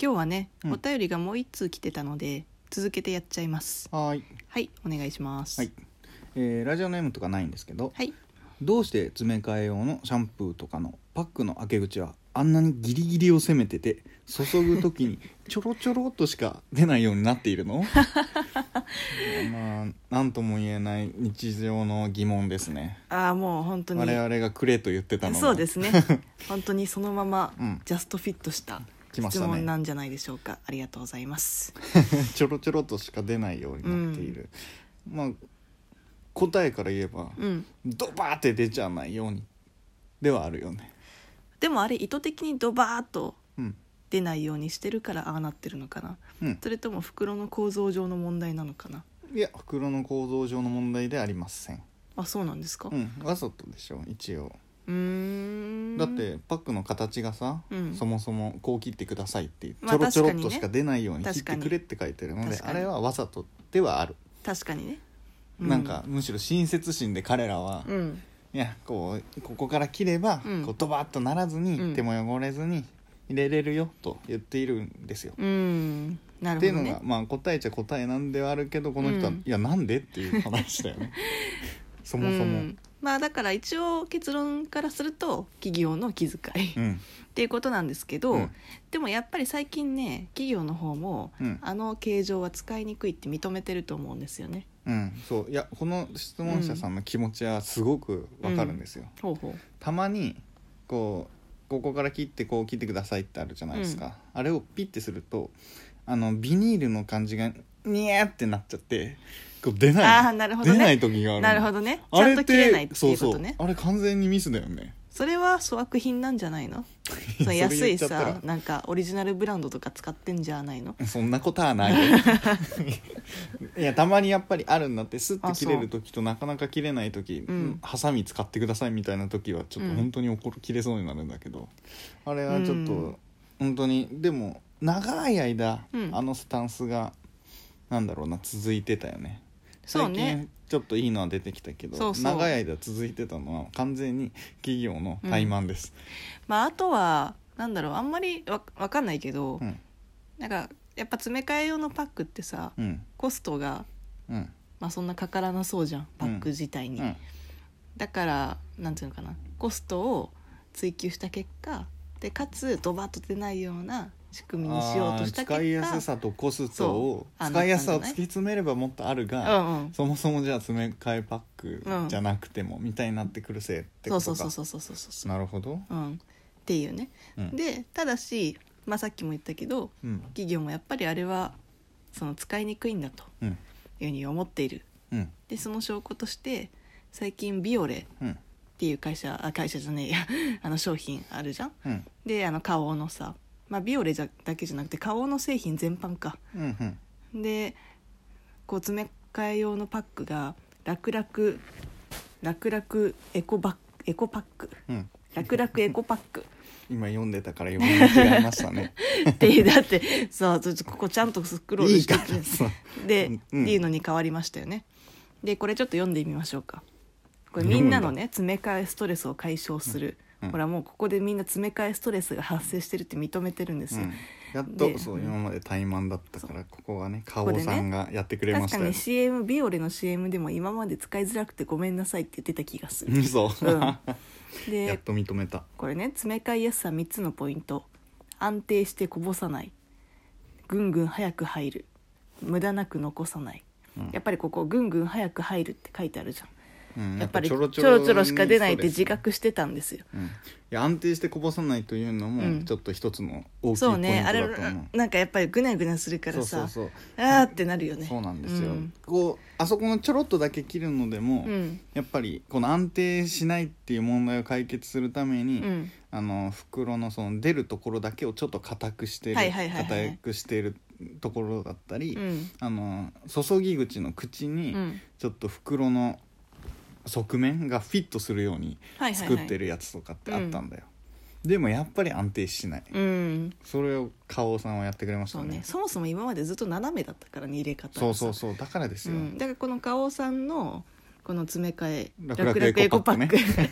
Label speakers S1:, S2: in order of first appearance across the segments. S1: 今日はね、
S2: うん
S1: お便りがもう一通来てたので続けてやっちゃいます
S2: はーい、
S1: はいお願いします
S2: はいえーラジオネームとかないんですけど、
S1: はい
S2: どうして詰め替え用のシャンプーとかのパックの開け口はあんなにギリギリを攻めてて注ぐ時 にちょろちょろっとしか出ないようになっているのまあ何とも言えない日常の疑問ですね
S1: ああもう本当に
S2: 我々がくれと言ってたのが
S1: そうですね本当にそのまま
S2: うん
S1: ジャストフィットした
S2: 来まし
S1: 質
S2: たね
S1: 問なんじゃないでしょうか、ありがとうございます
S2: ちょろちょろっとしか出ないようになっている、まあ答えから言えば、
S1: うん
S2: ドバーって出ちゃわないようにではあるよね
S1: でもあれ意図的にドバーッと
S2: うん
S1: 出ないようにしてるからああなってるのかな
S2: うん
S1: それとも袋の構造上の問題なのかない
S2: や袋の構造上の問題でありません
S1: あそうなんですか
S2: う
S1: うん
S2: わざとでしょ一応
S1: ーん
S2: だってパックの形がさ、
S1: うん
S2: そもそもこう切ってくださいって、
S1: まあ
S2: ちょろちょろっと
S1: 確かにね
S2: しか出ないように
S1: 確
S2: 切っ
S1: か
S2: て
S1: に
S2: くれって書いてるので
S1: 確か
S2: あ
S1: に
S2: れはわざとではある、
S1: 確かにね、う
S2: なんかむしろ親切心で彼らは、
S1: うん
S2: いやこうここから切れば、
S1: うん
S2: こうドバッとならずに、
S1: うん
S2: 手も汚れずに入れれるよと言っているんですよ。
S1: うんなる
S2: ってい
S1: ほ
S2: う
S1: ど
S2: の
S1: ね
S2: が、まあ、答えちゃ答えなんではあるけどこの人は、
S1: うん
S2: いやなんでっていう話だよ ねそもそも、う
S1: うんんまあだから一応結論からすると企業の気遣い、っていうことなんですけど、
S2: うん
S1: でもやっぱり最近ね企業の方も、
S2: うん
S1: あの形状は使いにくいって認めてると思うんですよね。
S2: うんそういやこの質問者さんの気持ちはすごくわかるんですよ。
S1: ほうほ
S2: たまにこうここから切ってこう切ってくださいってあるじゃないですか、あれをピッてするとあのビニールの感じがニャーってなっちゃってこう出ない
S1: あーなるほどね
S2: 出ない時があ
S1: う
S2: る
S1: なるほどねち
S2: あ
S1: ゃ
S2: れ
S1: ん
S2: って
S1: と切れないっていうことねそ
S2: そうそうあれ完全にミスだよね
S1: れは粗悪品なんじゃない のその
S2: れ言っ
S1: 安い
S2: ちゃった
S1: さ
S2: ら
S1: なんかオリジナルブランドとか使ってんじゃないの
S2: そんなことはない よいやたまにやっぱりあるんだってスッ
S1: あ
S2: て切れる時となかなか切れない時、
S1: うん
S2: ハサミ使ってくださいみたいな時はちょっ
S1: う
S2: と
S1: ん
S2: 本当に怒る切れそうになるんだけど、あれはちょっ
S1: うん
S2: と本当にでも長い間、
S1: うん
S2: あのスタンスがなんだろうな続いてたよね
S1: そう
S2: 最
S1: ね
S2: 近ちょっといいのは出てきたけど
S1: そうそう
S2: 長い間続いてたのは完全に企業の怠慢です、
S1: まああとはなんだろうあんまりわわかんないけど、
S2: うん
S1: なんかやっぱ詰め替え用のパックってさ、
S2: うん
S1: コストが、
S2: うん
S1: まあ、そんなかからなそうじゃんパック自体
S2: う
S1: に。
S2: ん
S1: だからなんていうのかなコストを追求した結果でかつドバッと出ないような仕組みにしようとした結果
S2: あー使いやすさとコスト
S1: そう
S2: を
S1: あ
S2: 使いやすさを突き詰めればもっとあるが、
S1: うんうん
S2: そもそもじゃあ詰め替えパック
S1: うん
S2: じゃなくても、みたいになってくるせいって
S1: そ
S2: こと
S1: う
S2: か
S1: そうそうそうそうそうそう
S2: なるほど、
S1: うんっていうね、
S2: うん
S1: でただし、まあ、さっきも言ったけど
S2: うん
S1: 企業もやっぱりあれはその使いにくいんだと
S2: うん
S1: いうふうに思っている
S2: うん
S1: でその証拠として最近ビオレっ
S2: うん
S1: ていう会社あ会社じゃねえや あの商品あるじゃん
S2: うん
S1: であの花王のさ、まあ、ビオレじゃだけじゃなくて花王の製品全般か
S2: うんうん
S1: でこう詰め替え用のパックが楽々楽々エコバッエコパック
S2: うん
S1: 楽々エコパック
S2: 今読んでたから読み間違えました ね
S1: っていうだってそうちょっとここちゃんとスクロール
S2: いい
S1: して
S2: か
S1: て
S2: らそう
S1: で、
S2: うん
S1: っていうのに変わりましたよねでこれちょっと読んでみましょうかこれみんなのね詰め替えストレスを解消する、
S2: うん
S1: ほらもうここでみんな詰め替えストレスが発生してるって認めてるんです
S2: う
S1: よ、
S2: んやっ
S1: で
S2: とそう今まで怠慢だったからここはね花
S1: ここ
S2: 王
S1: でね
S2: さんがやってくれまし
S1: 確
S2: た
S1: か
S2: よ
S1: に CM ビオレの CM でも今まで使いづらくてごめんなさいって言ってた気がする
S2: そう
S1: うん
S2: やっ
S1: で
S2: と認めた
S1: これね詰め替えやすさ3つのポイント安定してこぼさないぐんぐん早く入る無駄なく残さない、
S2: うん
S1: やっぱりここ「ぐんぐん早く入る」って書いてあるじゃん
S2: うん
S1: やっぱりち
S2: ち
S1: ょ
S2: ょ
S1: ろ
S2: ろ
S1: ち
S2: ち
S1: ょ
S2: ょ
S1: ろ,、
S2: ろ
S1: しか出ないって
S2: にス
S1: 自
S2: トレス
S1: 覚してたんですよ
S2: うんいや安定してこぼさないというの
S1: うん
S2: もちょっと一つの大きいポ
S1: そ
S2: イ
S1: う
S2: ント
S1: ねあ
S2: だ
S1: れ
S2: と思う、
S1: なんかやっぱりぐなぐなするから
S2: そう
S1: さ
S2: そうそう
S1: あーってなるよね
S2: そうなんですよ、
S1: うん
S2: こうあそこのちょろっとだけ切るのでも、
S1: うん
S2: やっぱりこの安定しないっていう問題を解決するために、
S1: うん
S2: あの袋のその出るところだけをちょっと硬くしてる
S1: はい
S2: 硬、
S1: はいはいはい
S2: くしてるところだったり、
S1: うん
S2: あの注ぎ口の口に
S1: うん
S2: ちょっと袋の側面がフィットするように
S1: はいはい
S2: 作
S1: はい
S2: ってるやつとかってあったんだよ、でもやっぱり安定しない、
S1: うん
S2: それを花王さんはやってくれまし
S1: そ
S2: た
S1: う
S2: ね
S1: ねそもそも今までずっと斜めだったからね入れ方が
S2: そうそう
S1: さ
S2: そうだからですよ、
S1: うん、だからこの花王さんのこの詰め替え
S2: 楽々エコパックね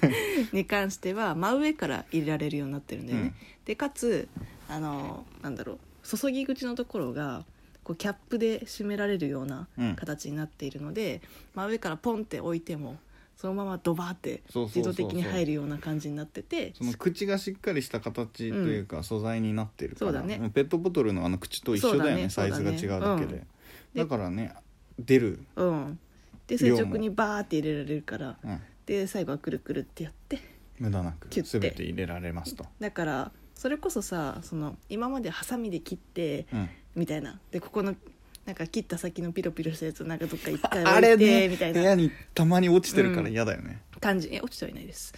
S1: ク に関しては真上から入れられるようになってるんだよね、でかつあのなんだろう注ぎ口のところがこうキャップで閉められるような
S2: うん
S1: 形になっているので、まあ、上からポンって置いてもそのままドバーって
S2: そうそ
S1: 自
S2: うそ
S1: 動
S2: う
S1: 的
S2: そう
S1: に入るような感じになってて
S2: その口がしっかりした形というか素材になってるから、
S1: そうだね
S2: もペットボトルのあの口と一緒だよね
S1: そ
S2: サ
S1: う
S2: イ
S1: だ
S2: ズ
S1: ね
S2: が違うだけで、
S1: うん
S2: だからね出る、
S1: うん、で垂直にバーって入れられるから
S2: うん、
S1: で最後はくるくるってやって
S2: 無駄なく
S1: キュッて
S2: 全て入れられますと、
S1: だからそれこそさその今までハサミで切って
S2: うん、
S1: みたいなでここのなんか切った先のピロピロしたやつなんかどっか一回
S2: あ
S1: 置
S2: れ
S1: いて
S2: ね
S1: みたい
S2: 部
S1: な
S2: 屋にたまに落ちてるから嫌だよね、
S1: 感じえ落ちてはいないです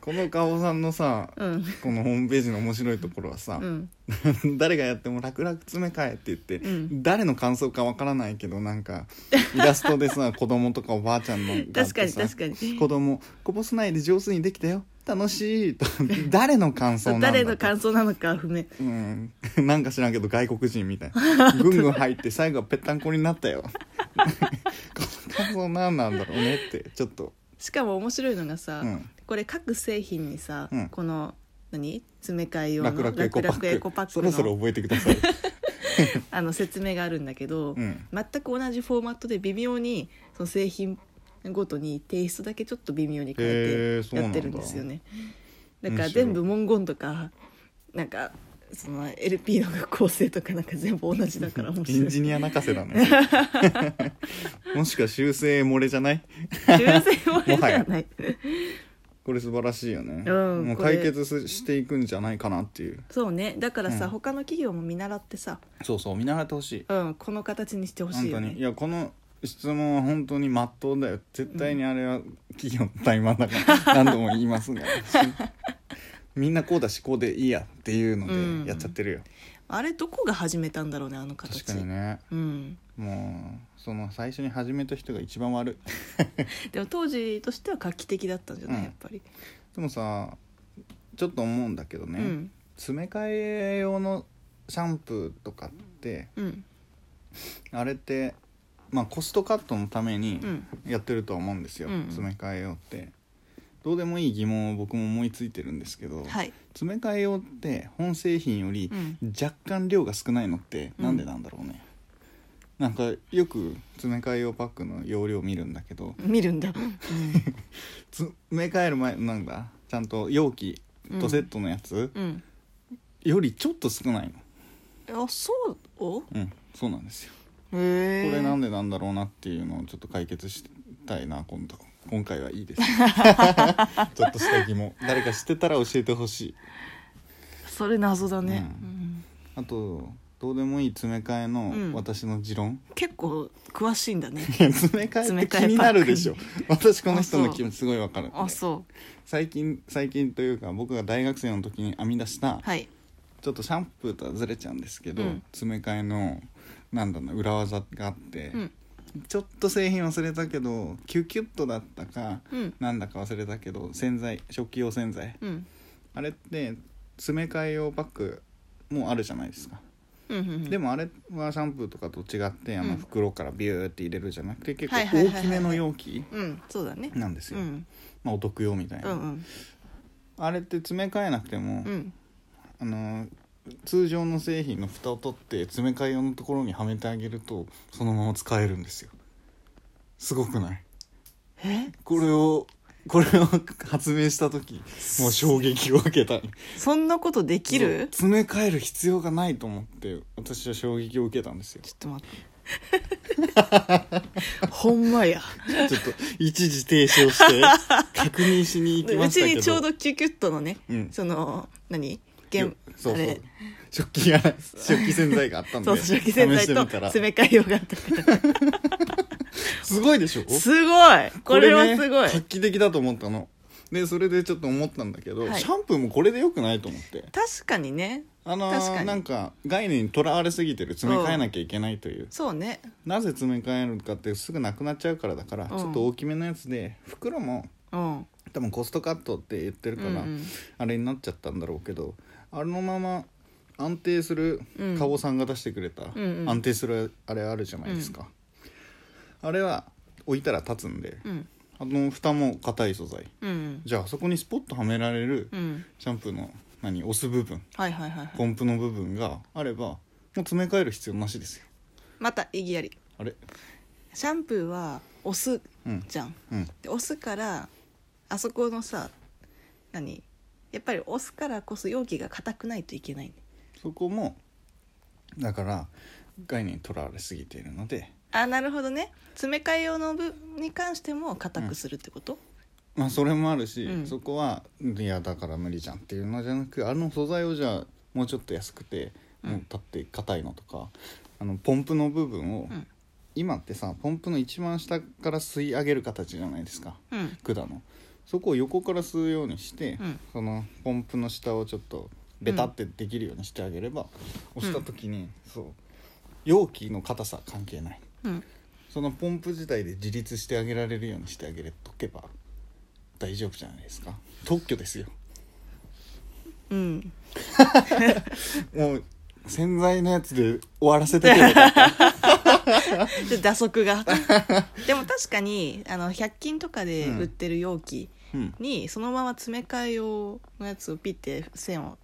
S2: この顔さんのさ
S1: うん
S2: このホームページの面白いところはさ、
S1: うん
S2: 誰がやっても楽々詰め替えって言って、
S1: うん
S2: 誰の感想かわからないけどな んかイラストでさ子供とかおばあちゃんのがあってさ
S1: 確かに確かに
S2: 子供こぼさないで上手にできたよ楽しいと 誰の感想なんだ
S1: 誰の感想なのかは不明
S2: うん、なん か知らんけど外国人みたいなぐんぐん入って最後はぺったんこになったよ この感想何なんだろうねってちょっと
S1: しかも面白いのがさ、
S2: うん
S1: これ各製品にさ、
S2: うん
S1: この何詰め替え用の
S2: 楽々エコパック
S1: エコパック
S2: そ
S1: の
S2: ろそろ覚えてください、
S1: あの説明があるんだけど、
S2: うん
S1: 全く同じフォーマットで微妙にその製品ごとにテイストだけちょっと微妙に変
S2: へ
S1: え
S2: ー
S1: て
S2: そうな
S1: や
S2: ん
S1: って
S2: だ
S1: るんですよね。だ
S2: 面白い
S1: から全部文言とかなんかその LP の構成とかなんか全部同じだから面
S2: エン
S1: 白
S2: ジ
S1: い。
S2: ニア泣かせ だねもしか修正漏れじゃない
S1: 修正もあれじゃない。
S2: これ素晴らしいよね、
S1: うん
S2: もう
S1: これ
S2: 解決すしていくんじゃないかなっていう
S1: そうねだからさ、
S2: うん
S1: 他の企業も見習ってさ、
S2: そうそう見習ってほしい
S1: うん、この形にしてほしいよ
S2: 本当にい
S1: ね。
S2: やこの質問は本当に真っ当だよ絶対にあれは企業の怠慢だか ら何度も言いますが みんなこうだしこうでいいやっていうの
S1: うん
S2: でやっちゃってるよ、
S1: あれどこが始めたんだろうねあの形。
S2: 確かにね
S1: うん、
S2: もうその最初に始めた人が一番悪い
S1: でも当時としては画期的だったんじゃない、
S2: うん
S1: やっぱり、
S2: でもさちょっと思うんだけどね、
S1: うん
S2: 詰め替え用のシャンプーとかって
S1: うん
S2: あれって、まあ、コストカットのために
S1: うん
S2: やってるとは思うんですよ、
S1: うん
S2: 詰め替えようってどうでもいい疑問を僕も思いついてるんですけど、
S1: はい
S2: 詰め替え用って本製品より
S1: うん
S2: 若干量が少ないのって
S1: うん
S2: なんでなんだろうね、なんかよく詰め替え用パックの容量見るんだけど
S1: 見るんだ、
S2: 詰め替える前なんだちゃんと容器とセットのやつ
S1: うん
S2: よりちょっと少ないの
S1: あそうお
S2: うんそうなんですよ
S1: へえ
S2: これなんでなんだろうなっていうのをちょっと解決したいな今度今回はい いですちょっとした疑問誰か知ってたら教えてほしい
S1: それ謎だね、
S2: う
S1: うん
S2: あとどうでもいい詰め替え
S1: うん
S2: の私の持論、
S1: 結構詳しいんだね
S2: 詰め替えって気になるで しょ私この人の気持ちすごいわかるんで
S1: あそ
S2: 最近最近というか僕が大学生の時に編み出した
S1: うはい
S2: ちょっとシャンプーとはずれちゃうんですけど、
S1: うん
S2: 詰め替えのなんだろうな裏技があって、
S1: うん
S2: ちょっと製品忘れたけどキュキュッとだったか
S1: うん
S2: なんだか忘れたけど洗剤食器用洗剤
S1: うん
S2: あれって詰め替え用パックもあるじゃないですか、
S1: うんうんうん
S2: でもあれはシャンプーとかと違ってあ
S1: う
S2: の
S1: ん
S2: 袋からビューって入れるじゃなくて結構
S1: はいはいはいはい
S2: 大きめの容器
S1: うんそうだね
S2: なんです
S1: う
S2: よ、
S1: ん
S2: まあ、お得用みたい
S1: うん
S2: な、
S1: うん
S2: あれって詰め替えなくても、
S1: うん
S2: あの通常の製品の蓋を取って詰め替え用のところにはめてあげるとそのまま使えるんですよすごくない
S1: え
S2: これをこれを発明した時もう衝撃を受けた
S1: そんなことでき
S2: そう
S1: る
S2: 詰め替える必要がないと思って私は衝撃を受けたんですよ
S1: ちょっと待っ てほんまや
S2: ちょっと一時停止 をして確認しに行き
S1: う
S2: まし
S1: ち
S2: たけど
S1: にちょうどキュキュッとのね、
S2: うん
S1: その何
S2: よ
S1: 現
S2: そう
S1: あ
S2: そう
S1: れ
S2: 食器が食器洗剤があったんで
S1: そう食器洗剤
S2: 試して
S1: と
S2: みたら
S1: 詰め替えようがあったから
S2: すごいでしょ
S1: すごいこれは
S2: ね
S1: すごい、
S2: 画期的だと思ったのでそれでちょっと思ったんだけど、
S1: はい
S2: シャンプーもこれでよくないと思って
S1: 確かにね
S2: あのー
S1: 確かに
S2: なんか概念にとらわれすぎてる詰め替えなきゃいけないという、
S1: そうね
S2: なぜ詰め替えるかってすぐなくなっちゃうからだから、
S1: ん
S2: ちょっと大きめのやつで袋も
S1: うん
S2: 多分コストカットって言ってるから、
S1: うんうん
S2: あれになっちゃったんだろうけどあのまま安定する
S1: うん
S2: カオさんが出してくれた、
S1: んうん
S2: 安定するあれあるじゃないですか、あれは置いたら立つんで、
S1: うん
S2: あの蓋も硬い素材
S1: うん
S2: じゃああそこにスポッとはめられる
S1: うん
S2: シャンプーの何押す部分
S1: はいはいはいは
S2: ポ
S1: い
S2: ンプの部分があればもう詰め替える必要なしですよ
S1: また意義あり
S2: あれ
S1: シャンプーは押す
S2: うん
S1: じゃん
S2: うん
S1: で押すからあそこのさ何やっぱり押すからこそ容器が硬くないといけない、ね、
S2: そこもだから概念にとらわれすぎているので
S1: あなるほどね詰め替え用の部に関しても硬くするってこと、
S2: まあそれもあるし、
S1: うん
S2: そこはいやだから無理じゃんっていうのじゃなくあの素材をじゃあもうちょっと安くて、
S1: うん
S2: もう立って硬いのとかあのポンプの部分を、
S1: うん
S2: 今ってさポンプの一番下から吸い上げる形じゃないですか
S1: うん
S2: 管のそこを横から吸うようにして、
S1: うん
S2: そのポンプの下をちょっとベタってできるようにしてあげれば、押した時にそう容器の硬さ関係ない
S1: うん
S2: そのポンプ自体で自立してあげられるようにしてあげれとけば大丈夫じゃないですか特 許ですよ
S1: うん
S2: もう洗剤のやつで終わらせてくれた
S1: で打足 がでも確かにあの100均とかで売ってる容器
S2: うん
S1: にそのまま詰め替え用のやつをピッて線を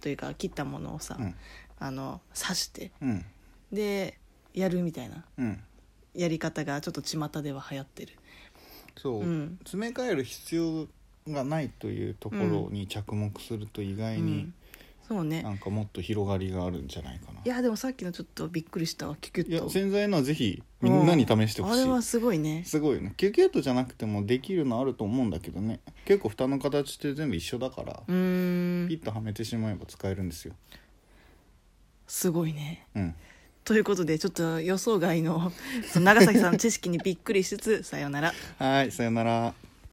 S1: というか切ったものをさ、
S2: うん
S1: あの刺して
S2: うん
S1: でやるみたいな
S2: うん
S1: やり方がちょっと巷では流行ってる
S2: そう、
S1: うん
S2: 詰め替える必要がないというところに着目すると意外
S1: う
S2: に
S1: んそうね
S2: なんかもっと広がりがあるんじゃないかな、
S1: いやでもさっきのちょっとびっくりしたわキュキュ
S2: いや
S1: ッと
S2: 洗剤のはぜひみんなに試してほし
S1: あれはいすごいね
S2: すごいよねキュキュットじゃなくてもできるのあると思うんだけどね結構蓋の形って全部一緒だから
S1: うー
S2: ピ
S1: ん
S2: ッとはめてしまえば使えるんですよ
S1: すごいね
S2: うん
S1: ということでちょっと 予想外のその長崎さんの知識にびっくりしつつさようなら
S2: はいさよなら